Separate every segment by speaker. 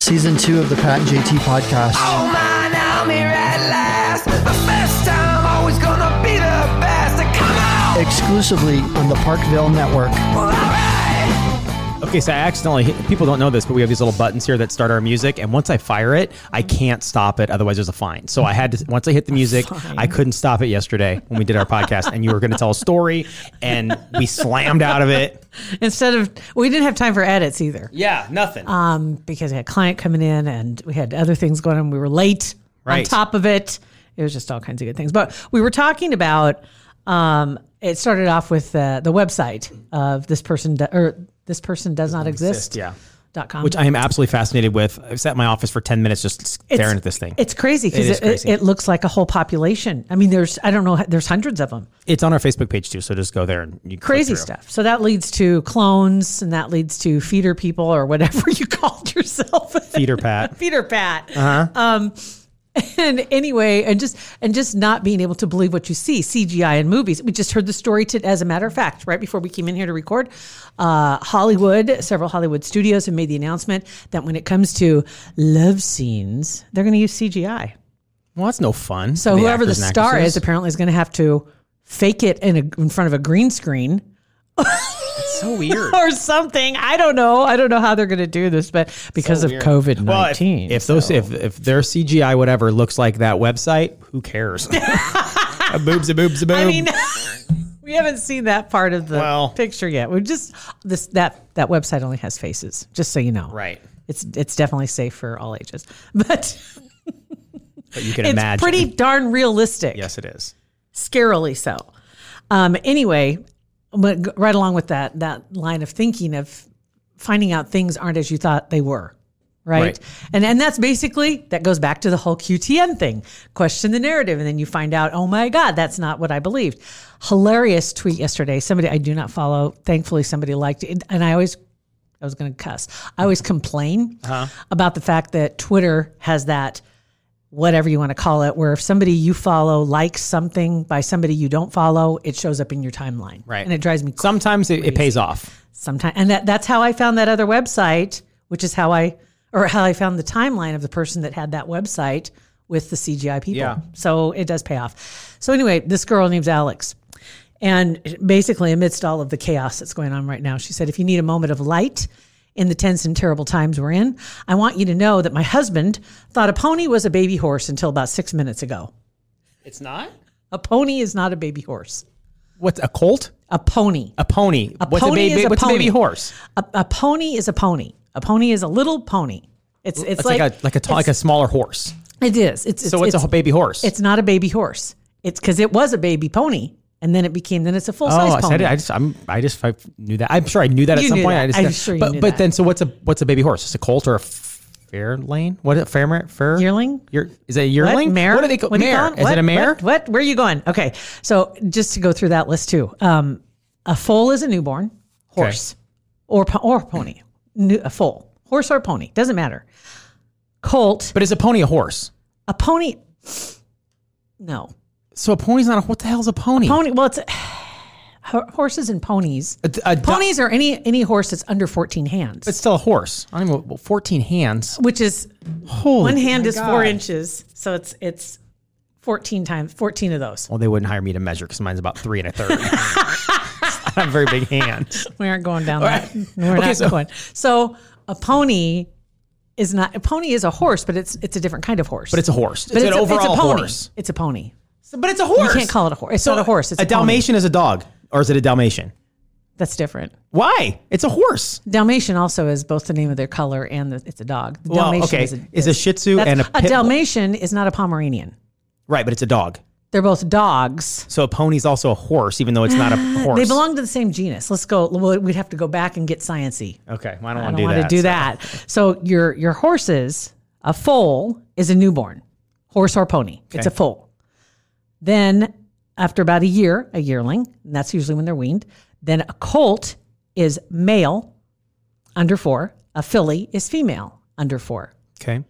Speaker 1: season two of the Pat and JT podcast.
Speaker 2: Oh man, I'm here at last. The best time, always gonna be the best. Come on!
Speaker 1: exclusively on the Parkville Network.
Speaker 2: Well, alright.
Speaker 3: Okay, so I accidentally hit, people don't know this, but we have these little buttons here that start our music, and once I fire it, I can't stop it. Otherwise, there's a fine. So I had to once I hit the music, I couldn't stop it yesterday when we did our podcast, and you were going to tell a story, and we slammed out of it.
Speaker 4: Instead of, we didn't have time for edits either
Speaker 3: Yeah, nothing.
Speaker 4: um, because we had a client coming in and we had other things going on. We were late on
Speaker 3: Right.
Speaker 4: top of it. It was just all kinds of good things. But we were talking about, um, it started off with uh, the website of this person, do, or this person does not exist.
Speaker 3: yeah.
Speaker 4: Dot com.
Speaker 3: Which I am absolutely fascinated with. I sat in my office for ten minutes just staring at this thing.
Speaker 4: It's crazy because
Speaker 3: It is
Speaker 4: it, it,
Speaker 3: crazy.
Speaker 4: it looks like a whole population. I mean, there's, I don't know, there's hundreds of them.
Speaker 3: It's on our Facebook page too, so just go there and you click
Speaker 4: Crazy
Speaker 3: through.
Speaker 4: stuff. So that leads to clones and that leads to feeder people or whatever you called yourself.
Speaker 3: Peter Pat.
Speaker 4: Peter Pat. Uh-huh. Um, and anyway, and just and just not being able to believe what you see CGI in movies. We just heard the story to, as a matter of fact, right before we came in here to record, uh, Hollywood, several Hollywood studios have made the announcement that when it comes to love scenes, they're going to use CGI.
Speaker 3: Well, that's no fun.
Speaker 4: So
Speaker 3: for
Speaker 4: whoever the
Speaker 3: actors and
Speaker 4: star
Speaker 3: actresses.
Speaker 4: is apparently is going to have to fake it in a, in front of a green screen
Speaker 3: it's so weird.
Speaker 4: or something. I don't know. I don't know how they're going to do this, but because of
Speaker 3: weird.
Speaker 4: COVID
Speaker 3: Well, if,
Speaker 4: nineteen,
Speaker 3: if those if if their CGI whatever looks like that website, who cares? a boobs a boobs a boob.
Speaker 4: I mean, we haven't seen that part of the
Speaker 3: Well-
Speaker 4: picture yet. We just this that that website only has faces, just so you know.
Speaker 3: right.
Speaker 4: It's it's definitely safe for all ages, but
Speaker 3: But you can
Speaker 4: it's
Speaker 3: imagine.
Speaker 4: pretty darn realistic,
Speaker 3: Yes, it is.
Speaker 4: scarily so. Um, anyway, but g- right along with that that line of thinking of finding out things aren't as you thought they were. Right?
Speaker 3: Right.
Speaker 4: and and that's basically that goes back to the whole QTN thing. Question the narrative, and then you find out, oh my God, that's not what I believed. Hilarious tweet yesterday. Somebody I do not follow. Thankfully, somebody liked it, and I always. I was going to cuss. I always complain about the fact that Twitter has that whatever you want to call it, where if somebody you follow likes something by somebody you don't follow, it shows up in your timeline.
Speaker 3: Right.
Speaker 4: And it drives me
Speaker 3: Sometimes it, it pays off.
Speaker 4: sometimes and that, that's how i found that other website which is how i or how i found the timeline of the person that had that website with the cgi people
Speaker 3: Yeah.
Speaker 4: so it does pay off so anyway this girl name's alex and basically amidst all of the chaos that's going on right now she said if you need a moment of light in the tense and terrible times we're in i want you to know that my husband thought a pony was a baby horse until about six minutes ago
Speaker 3: It's not.
Speaker 4: a pony is not a baby horse
Speaker 3: What's a colt?
Speaker 4: a pony
Speaker 3: A pony. A what's
Speaker 4: pony
Speaker 3: a baby?
Speaker 4: is a
Speaker 3: what's a baby
Speaker 4: pony.
Speaker 3: horse?
Speaker 4: A, a pony is a pony. A pony is a little pony. It's it's,
Speaker 3: It's
Speaker 4: like,
Speaker 3: like, a like a t- like a smaller horse.
Speaker 4: it is. It's, it's
Speaker 3: So it's,
Speaker 4: it's,
Speaker 3: a baby horse.
Speaker 4: It's not a baby horse. It's because it was a baby pony, and then it became then it's a full
Speaker 3: oh,
Speaker 4: size
Speaker 3: I
Speaker 4: pony.
Speaker 3: said it. I just I'm, I just I knew that. I'm sure I knew that
Speaker 4: You
Speaker 3: at some
Speaker 4: knew
Speaker 3: point.
Speaker 4: that.
Speaker 3: I just
Speaker 4: I'm sure you
Speaker 3: but
Speaker 4: knew
Speaker 3: but
Speaker 4: that.
Speaker 3: then so what's a what's a baby horse? It's a colt or a fair lane? What a fair fair
Speaker 4: Yearling?
Speaker 3: Year, is it a
Speaker 4: What?
Speaker 3: yearling?
Speaker 4: Mare?
Speaker 3: What do they call
Speaker 4: What do you
Speaker 3: mare?
Speaker 4: call
Speaker 3: Is
Speaker 4: What?
Speaker 3: it a mare?
Speaker 4: What? What? Where are you going? Okay. So just to go through that list too. Um, a foal is a newborn horse or po- or pony. New, a foal, horse or pony doesn't matter. Colt,
Speaker 3: But is a pony a horse?
Speaker 4: a pony. No,
Speaker 3: So a pony's not a what the hell's a pony?
Speaker 4: pony. Well, it's ho- horses and ponies.
Speaker 3: A, a do-
Speaker 4: Ponies are any any horse that's under fourteen hands,
Speaker 3: It's still a horse. I don't even. well, Fourteen hands.
Speaker 4: which is
Speaker 3: Holy
Speaker 4: one hand
Speaker 3: my
Speaker 4: is four
Speaker 3: God.
Speaker 4: inches, so it's it's fourteen times fourteen of those.
Speaker 3: Well, they wouldn't hire me to measure because mine's about three and a third. I have very big hands.
Speaker 4: We aren't going down that. We're
Speaker 3: Okay,
Speaker 4: not
Speaker 3: so-
Speaker 4: going. So a pony is not a pony is a horse, but it's it's a different kind of horse.
Speaker 3: But it's a horse.
Speaker 4: But
Speaker 3: it's,
Speaker 4: it's
Speaker 3: an
Speaker 4: a- it's a
Speaker 3: overall
Speaker 4: pony.
Speaker 3: horse.
Speaker 4: It's a pony.
Speaker 3: So- but it's a horse.
Speaker 4: You can't call it a horse. It's not a horse. It's a,
Speaker 3: a
Speaker 4: pony.
Speaker 3: Dalmatian is a dog, or is it a Dalmatian?
Speaker 4: That's different.
Speaker 3: Why? It's a horse.
Speaker 4: Dalmatian also is both the name of their color and the, it's a dog. The
Speaker 3: Well,
Speaker 4: Dalmatian
Speaker 3: okay,
Speaker 4: is a,
Speaker 3: is a Shih Tzu
Speaker 4: that's-
Speaker 3: and a pit bull.
Speaker 4: Dalmatian is not a Pomeranian.
Speaker 3: Right, but it's a dog.
Speaker 4: They're both dogs.
Speaker 3: So a pony's also a horse, even though it's not a horse.
Speaker 4: Ah, They belong to the same genus. Let's go. well, We'd have to go back and get sciency.
Speaker 3: Okay, well, I don't
Speaker 4: I
Speaker 3: want
Speaker 4: don't want to do that. So your your horses, a foal is a newborn horse or pony. It's a foal. Then after about a year, a yearling, and that's usually when they're weaned. Then a colt is male, under four. A filly is female, under four.
Speaker 3: Okay.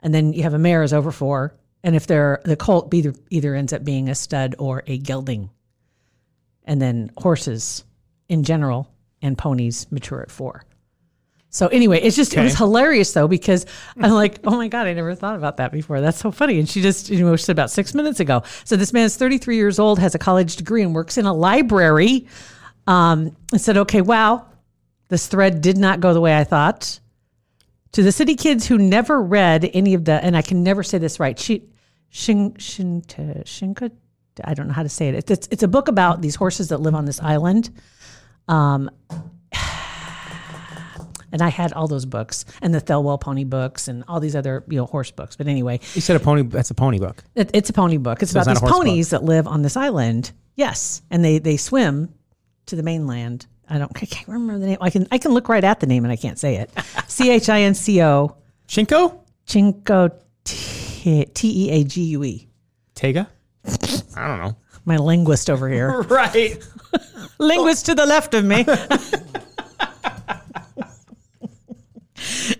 Speaker 4: And then you have a mare is over four. And if they're the colt, either either ends up being a stud or a gelding. And then horses in general and ponies mature at four. So anyway, it's just it was
Speaker 3: Okay.
Speaker 4: hilarious though because I'm like, oh my god, I never thought about that before. That's so funny. And she just you know she said about six minutes ago. So this man is 33 years old, has a college degree, and works in a library. Um, and said, okay, wow, this thread did not go the way I thought. To the city kids who never read any of the, and I can never say this right, she, shin, shin, shinka, I don't know how to say it. It's, it's a book about these horses that live on this island. Um, and I had all those books and the Thelwell pony books and all these other you know horse books. But anyway,
Speaker 3: You said a pony. That's a pony book.
Speaker 4: it, it's a pony book. It's
Speaker 3: So it's
Speaker 4: about
Speaker 3: not a
Speaker 4: these
Speaker 3: horse
Speaker 4: ponies that live on this island. Yes, and they they swim to the mainland. I don't. I can't remember the name. I can I can look right at the name and I can't say it. C H I N C O
Speaker 3: Shinko?
Speaker 4: Chinko T E A G U E.
Speaker 3: Tega? I don't know.
Speaker 4: My linguist over here.
Speaker 3: Right.
Speaker 4: linguist to the left of me.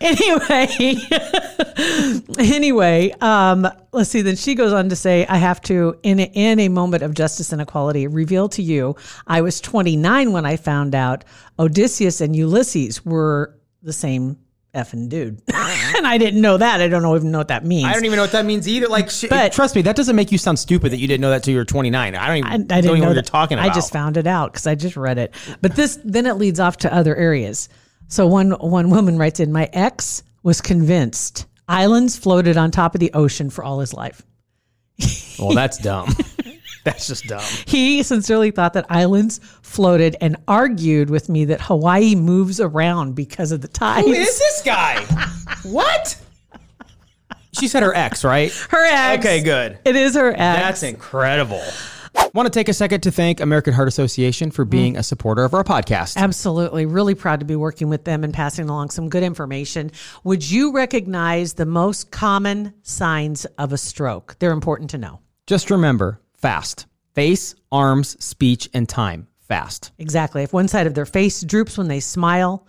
Speaker 4: anyway, anyway, um, let's see. Then she goes on to say, "I have to, in a, in a moment of justice and equality, reveal to you, I was 29 when I found out Odysseus and Ulysses were the same effing dude, and I didn't know that. I don't know- even know what that means.
Speaker 3: I don't even know what that means either. Like, sh-
Speaker 4: But-
Speaker 3: trust me, that doesn't make you sound stupid that you didn't know that till you were 29. I don't even,
Speaker 4: I, I
Speaker 3: don't even
Speaker 4: didn't know
Speaker 3: know what you're
Speaker 4: that.
Speaker 3: talking about.
Speaker 4: I just found it out because I just read it. But this then it leads off to other areas. So one one woman writes in, my ex was convinced islands floated on top of the ocean for all his life.
Speaker 3: Well, that's dumb. that's just dumb.
Speaker 4: He sincerely thought that islands floated and argued with me that Hawaii moves around because of the tides.
Speaker 3: Who is this guy? what? She said her ex, right?
Speaker 4: Her ex.
Speaker 3: Okay, good.
Speaker 4: It is her ex.
Speaker 3: That's incredible. Want to take a second to thank American Heart Association for being a supporter of our podcast.
Speaker 4: Absolutely. Really proud to be working with them and passing along some good information. Would you recognize the most common signs of a stroke? They're important to know.
Speaker 3: Just remember fast. Face, arms, speech, and time. Fast.
Speaker 4: Exactly. If one side of their face droops when they smile,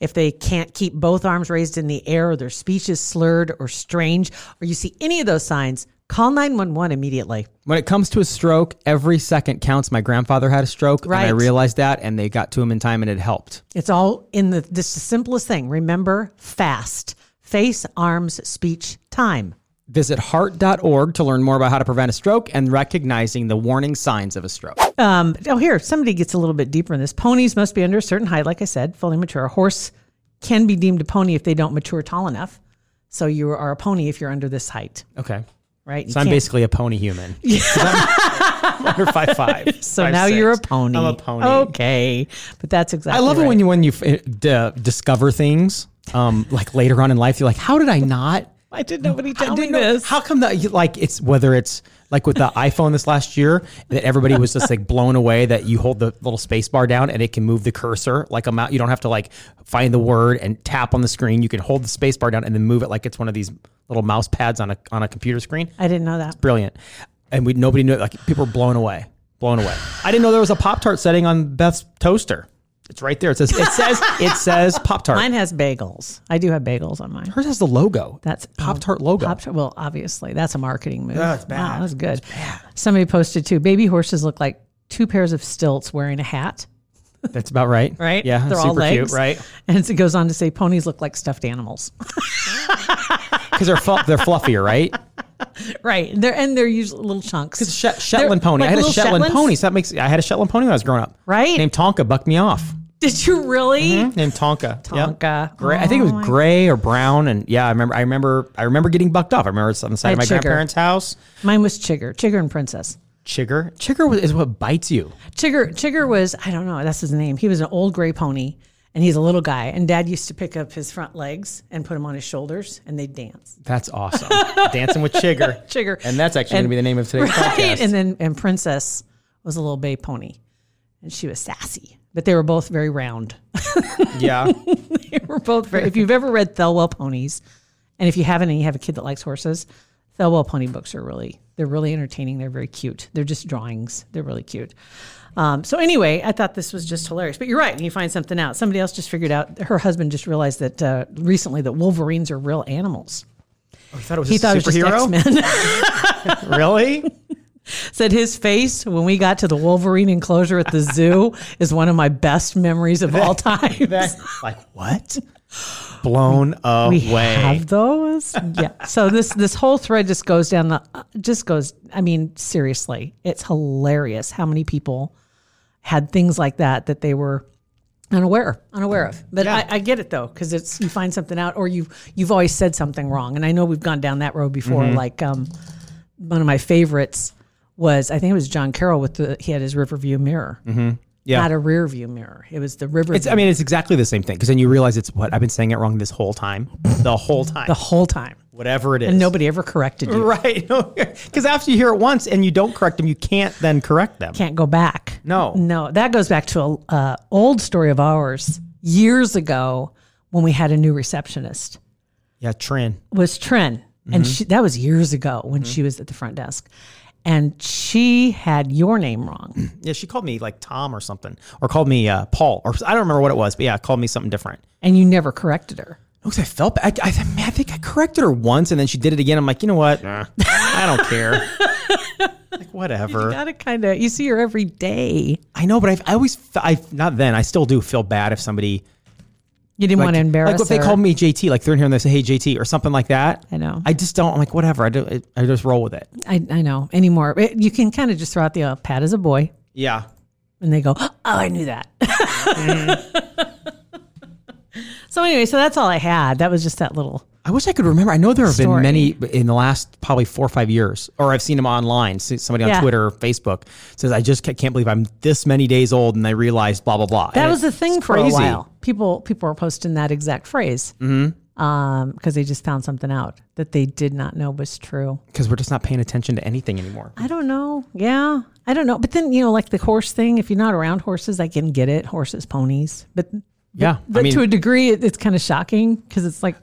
Speaker 4: if they can't keep both arms raised in the air, or their speech is slurred or strange, or you see any of those signs, call 911 immediately.
Speaker 3: When it comes to a stroke, every second counts. My grandfather had a stroke, and I
Speaker 4: Right.
Speaker 3: realized that, and they got to him in time, and it helped.
Speaker 4: It's all in the this is the simplest thing. Remember fast. Face, arms, speech, time.
Speaker 3: Visit heart.org to learn more about how to prevent a stroke and recognizing the warning signs of a stroke.
Speaker 4: Um, oh, here, somebody gets a little bit deeper in this. Ponies must be under a certain height, like I said, fully mature. A horse can be deemed a pony if they don't mature tall enough. So you are a pony if you're under this height,
Speaker 3: Okay.
Speaker 4: right? You
Speaker 3: So I'm
Speaker 4: can't-
Speaker 3: basically a pony human. 'Cause I'm under five five.
Speaker 4: so now you're a pony.
Speaker 3: I'm a pony.
Speaker 4: Okay, but that's
Speaker 3: I
Speaker 4: exactly.
Speaker 3: love
Speaker 4: right.
Speaker 3: it when you when you uh, d- discover things um, like later on in life. You're like, how did I not?
Speaker 4: I didn't
Speaker 3: I
Speaker 4: nobody tell me
Speaker 3: didn't know-
Speaker 4: this.
Speaker 3: How come that? you- Like it's whether it's like with the iPhone this last year that everybody was just like blown away that you hold the little space bar down and it can move the cursor like a mouse. You don't have to like find the word and tap on the screen. You can hold the space bar down and then move it like it's one of these little mouse pads on a on a computer screen.
Speaker 4: I didn't know that.
Speaker 3: Brilliant, and we nobody knew. it. Like people were blown away, blown away. I didn't know there was a Pop Tart setting on Beth's toaster. It's right there. It says it says it says Pop Tart.
Speaker 4: Mine has bagels. I do have bagels on mine.
Speaker 3: Hers has the logo.
Speaker 4: That's
Speaker 3: Pop Tart logo. Oh,
Speaker 4: Pop Tart. Well, obviously, that's a marketing move. That's bad. Wow, that's good. Somebody posted too. Baby horses look like two pairs of stilts wearing a hat.
Speaker 3: That's about right.
Speaker 4: right?
Speaker 3: Yeah.
Speaker 4: they're
Speaker 3: super
Speaker 4: all legs,
Speaker 3: cute, right?
Speaker 4: And it goes on to say ponies look like stuffed animals,
Speaker 3: because they're fl- they're fluffier, right?
Speaker 4: right? They're and they're usually little chunks.
Speaker 3: Sh- Shetland
Speaker 4: They're
Speaker 3: pony.
Speaker 4: like
Speaker 3: I had a
Speaker 4: little
Speaker 3: Shetland
Speaker 4: Shetlands?
Speaker 3: pony. So that makes I had a Shetland pony when I was growing up.
Speaker 4: Right.
Speaker 3: Named Tonka bucked me off.
Speaker 4: Did you really?
Speaker 3: Named Tonka. Yep.
Speaker 4: Tonka.
Speaker 3: Gray, I think it was gray or brown, and yeah, I remember. I remember. I remember getting bucked off. I remember it's on the side
Speaker 4: I
Speaker 3: of my
Speaker 4: had Chigger.
Speaker 3: grandparents' house.
Speaker 4: Mine was Chigger, Chigger and Princess.
Speaker 3: Chigger. Chigger was- is what bites you.
Speaker 4: Chigger, Chigger was I don't know. That's his name. He was an old gray pony, and he's a little guy. And Dad used to pick up his front legs and put them on his shoulders, and they'd dance.
Speaker 3: That's awesome. Dancing with Chigger.
Speaker 4: Chigger.
Speaker 3: And that's actually going to
Speaker 4: And-
Speaker 3: be the name of today's podcast.
Speaker 4: And then and Princess was a little bay pony, and she was sassy. But they were both very round.
Speaker 3: yeah.
Speaker 4: they were both very. If you've ever read Thelwell Ponies, and if you haven't, and you have a kid that likes horses, Thelwell Pony books are really they're really entertaining. They're very cute. They're just drawings. They're really cute. Um, so anyway, I thought this was just hilarious. But you're right, and you find something out. Somebody else just figured out. Her husband just realized that uh, recently that wolverines are real animals.
Speaker 3: I thought it was
Speaker 4: He
Speaker 3: a
Speaker 4: thought it was just
Speaker 3: superhero.
Speaker 4: X Men.
Speaker 3: really?
Speaker 4: Said his face when we got to the Wolverine enclosure at the zoo is one of my best memories of all time.
Speaker 3: That, like what? Blown away.
Speaker 4: we have those. Yeah. So this this whole thread just goes down the just goes. I mean, seriously, it's hilarious how many people had things like that that they were unaware unaware of. But I, I get it though because it's you find something out or you you've always said something wrong, and I know we've gone down that road before.
Speaker 3: Mm-hmm.
Speaker 4: Like um, one of my favorites was I think it was John Carroll with the he had his river view mirror.
Speaker 3: Mm-hmm. Yeah.
Speaker 4: Not a rear view mirror. It was the river.
Speaker 3: It's, I mean, it's exactly the same thing because then you realize it's what I've been saying it wrong this whole time, the whole time,
Speaker 4: the whole time,
Speaker 3: whatever it is.
Speaker 4: and nobody ever corrected you.
Speaker 3: right? Because after you hear it once and you don't correct them, you can't then correct them.
Speaker 4: can't go back.
Speaker 3: No.
Speaker 4: no, that goes back to a uh, old story of ours years ago when we had a new receptionist
Speaker 3: Yeah, Trin.
Speaker 4: was Trin,
Speaker 3: Mm-hmm.
Speaker 4: and she, that was years ago when she was at the front desk, and she had your name wrong.
Speaker 3: Yeah, she called me like Tom or something, or called me uh, Paul, or I don't remember what it was, but yeah, called me something different.
Speaker 4: And you never corrected her.
Speaker 3: No, 'cause I felt bad. I, I, th- man, I think I corrected her once, and then she did it again. I'm like, you know what? Nah, I don't care. like
Speaker 4: You
Speaker 3: whatever.
Speaker 4: gotta kind of, you see her every day.
Speaker 3: I know, but I've, I always, fe- I not then. I still do feel bad if somebody
Speaker 4: You didn't want to embarrass
Speaker 3: Like if they
Speaker 4: her.
Speaker 3: called me JT, like they're in here and they say, "Hey JT" or something like that.
Speaker 4: I know.
Speaker 3: I just don't. I'm like, whatever. I do. I, I just roll with it.
Speaker 4: I, I know anymore. It- you can kind of just throw out the uh, Pat is a boy,
Speaker 3: Yeah.
Speaker 4: and they go, "Oh, I knew that."
Speaker 3: Mm-hmm.
Speaker 4: so anyway, so that's all I had. That was just that little.
Speaker 3: I wish I could remember. I know there have been
Speaker 4: Story.
Speaker 3: many in the last probably four or five years, or I've seen them online. See Somebody on
Speaker 4: Yeah.
Speaker 3: Twitter or Facebook says, "I just ca- can't believe I'm this many days old," and I realized blah blah blah.
Speaker 4: That
Speaker 3: And
Speaker 4: was the
Speaker 3: it's
Speaker 4: thing for
Speaker 3: crazy.
Speaker 4: a while. People people were posting that exact phrase because
Speaker 3: Mm-hmm.
Speaker 4: they just found something out that they did not know was true.
Speaker 3: because we're just not paying attention to anything anymore.
Speaker 4: I don't know. Yeah, I don't know. But then you know, like the horse thing. If you're not around horses, I can get it. Horses, ponies, but
Speaker 3: yeah,
Speaker 4: but
Speaker 3: I mean,
Speaker 4: to a degree, it, it's kind of shocking because it's like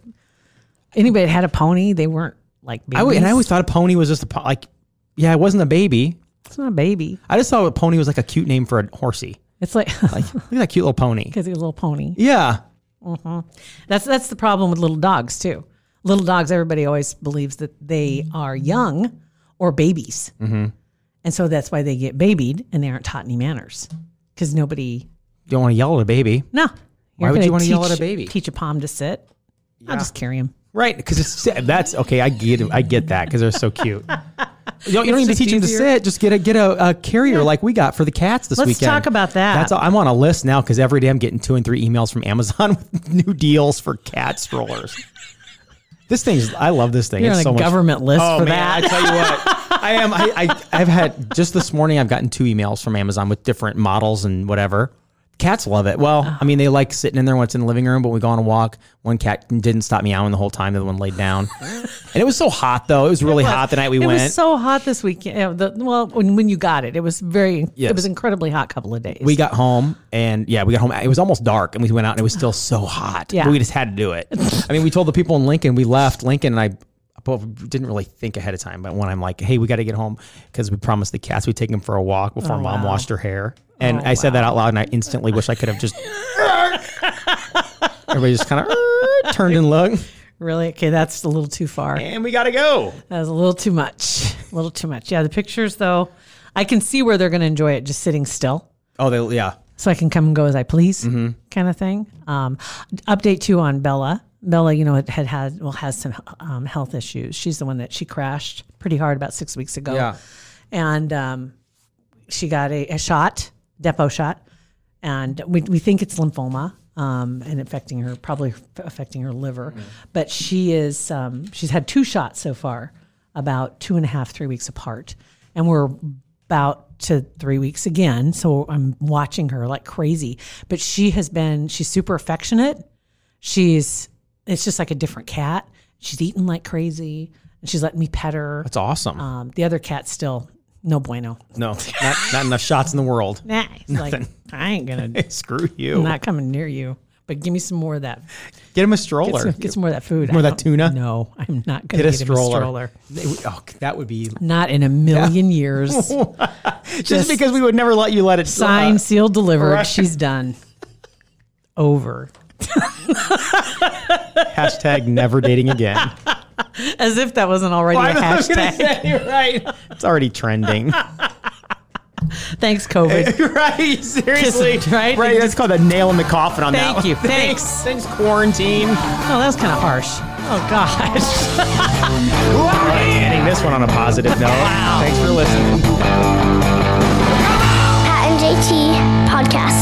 Speaker 4: anybody that had a pony, they weren't like babies.
Speaker 3: I w- and I always thought a pony was just a po- like, yeah, it wasn't a baby.
Speaker 4: it's not a baby.
Speaker 3: I just thought a pony was like a cute name for a horsey.
Speaker 4: It's like
Speaker 3: Like, look at that cute little pony.
Speaker 4: because he's a little pony.
Speaker 3: Yeah,
Speaker 4: That's that's the problem with little dogs too. Little dogs, everybody always believes that they are young or babies,
Speaker 3: Mm-hmm.
Speaker 4: and so that's why they get babied and they aren't taught any manners because nobody.
Speaker 3: you don't want to yell at a baby.
Speaker 4: No,
Speaker 3: Why
Speaker 4: You're
Speaker 3: would you
Speaker 4: gonna
Speaker 3: wanna yell
Speaker 4: teach-
Speaker 3: at a baby?
Speaker 4: Teach a palm to sit. I'll just carry him.
Speaker 3: Right, because it's that's okay. I get it. I get that because they're so cute. You don't, you don't
Speaker 4: It's
Speaker 3: need to
Speaker 4: just
Speaker 3: teach them to
Speaker 4: easier.
Speaker 3: sit. Just get a get a, a carrier like we got for the cats this
Speaker 4: Let's
Speaker 3: weekend.
Speaker 4: talk about that.
Speaker 3: That's all, I'm on a list now because every day I'm getting two and three emails from Amazon with new deals for cat strollers. this thing's I love this thing.
Speaker 4: You're
Speaker 3: it's
Speaker 4: on
Speaker 3: so
Speaker 4: a
Speaker 3: much
Speaker 4: government list
Speaker 3: Oh
Speaker 4: for
Speaker 3: man,
Speaker 4: that.
Speaker 3: I tell you what, I am. I, I I've had just this morning. I've gotten two emails from Amazon with different models and whatever. Cats love it. Well, I mean, they like sitting in there when it's in the living room, but we go on a walk. One cat didn't stop meowing the whole time. The other one laid down, and it was so hot though. It was really hot the night we
Speaker 4: it
Speaker 3: went.
Speaker 4: was so hot this weekend. Yeah, the- well, when, when you got it, it was very.
Speaker 3: Yes.
Speaker 4: It was incredibly hot. Couple of days.
Speaker 3: we got home and yeah, we got home. It was almost dark and we went out and it was still so hot.
Speaker 4: Yeah.
Speaker 3: But we just had to do it. I mean, we told the people in Lincoln, we left Lincoln and I both didn't really think ahead of time. But when I'm like, hey, we got to get home because we promised the cats we'd take them for a walk before
Speaker 4: Oh,
Speaker 3: mom washed her hair. And I said that out loud and I instantly wish I could have just. Everybody just kind of turned and looked
Speaker 4: really okay. That's a little too far.
Speaker 3: and we got to go.
Speaker 4: That was a little too much. A little too much. Yeah, the pictures though, I can see where they're going to enjoy it just sitting still.
Speaker 3: Oh, they, yeah.
Speaker 4: So I can come and go as I please, kind of thing. Um, update too on Bella. Bella, you know, had had, had well has some um, health issues. She's the one that she crashed pretty hard about six weeks ago,
Speaker 3: Yeah.
Speaker 4: and um, she got a, a shot, depo shot, and we, we think it's lymphoma um, and affecting her, probably affecting her liver. But she is um, she's had two shots so far, about two and a half, three weeks apart, and we're about to three weeks again. So I'm watching her like crazy. But she has been she's super affectionate. She's it's just like a different cat. She's eating like crazy. And she's letting me pet her.
Speaker 3: That's awesome.
Speaker 4: Um, the other cat's still no bueno.
Speaker 3: no, not, not enough shots in the world.
Speaker 4: Nah, he's like I ain't gonna
Speaker 3: Screw you.
Speaker 4: I'm not coming near you. But give me some more of that.
Speaker 3: Get him a
Speaker 4: Get
Speaker 3: stroller.
Speaker 4: some, get some more of that food.
Speaker 3: More of
Speaker 4: I
Speaker 3: that
Speaker 4: don't-
Speaker 3: tuna?
Speaker 4: No, I'm not going to get, him a stroller.
Speaker 3: They would- oh, that would be
Speaker 4: Not in a million years.
Speaker 3: just, because we would never let you let it
Speaker 4: Signed, sealed, delivered.
Speaker 3: right.
Speaker 4: She's done. Over.
Speaker 3: uh, hashtag never dating again.
Speaker 4: As if that wasn't already a
Speaker 3: I was gonna
Speaker 4: hashtag.
Speaker 3: say, right? It's already trending.
Speaker 4: Thanks, COVID.
Speaker 3: right? Seriously,
Speaker 4: Kiss him, right?
Speaker 3: Right? That's called a nail in the coffin on that.
Speaker 4: Thank
Speaker 3: one.
Speaker 4: you.
Speaker 3: Thanks. Thanks, quarantine.
Speaker 4: Oh, that was kind of harsh. Oh gosh.
Speaker 3: Ending this one on a positive note. Thanks for listening.
Speaker 5: Pat and JT podcast.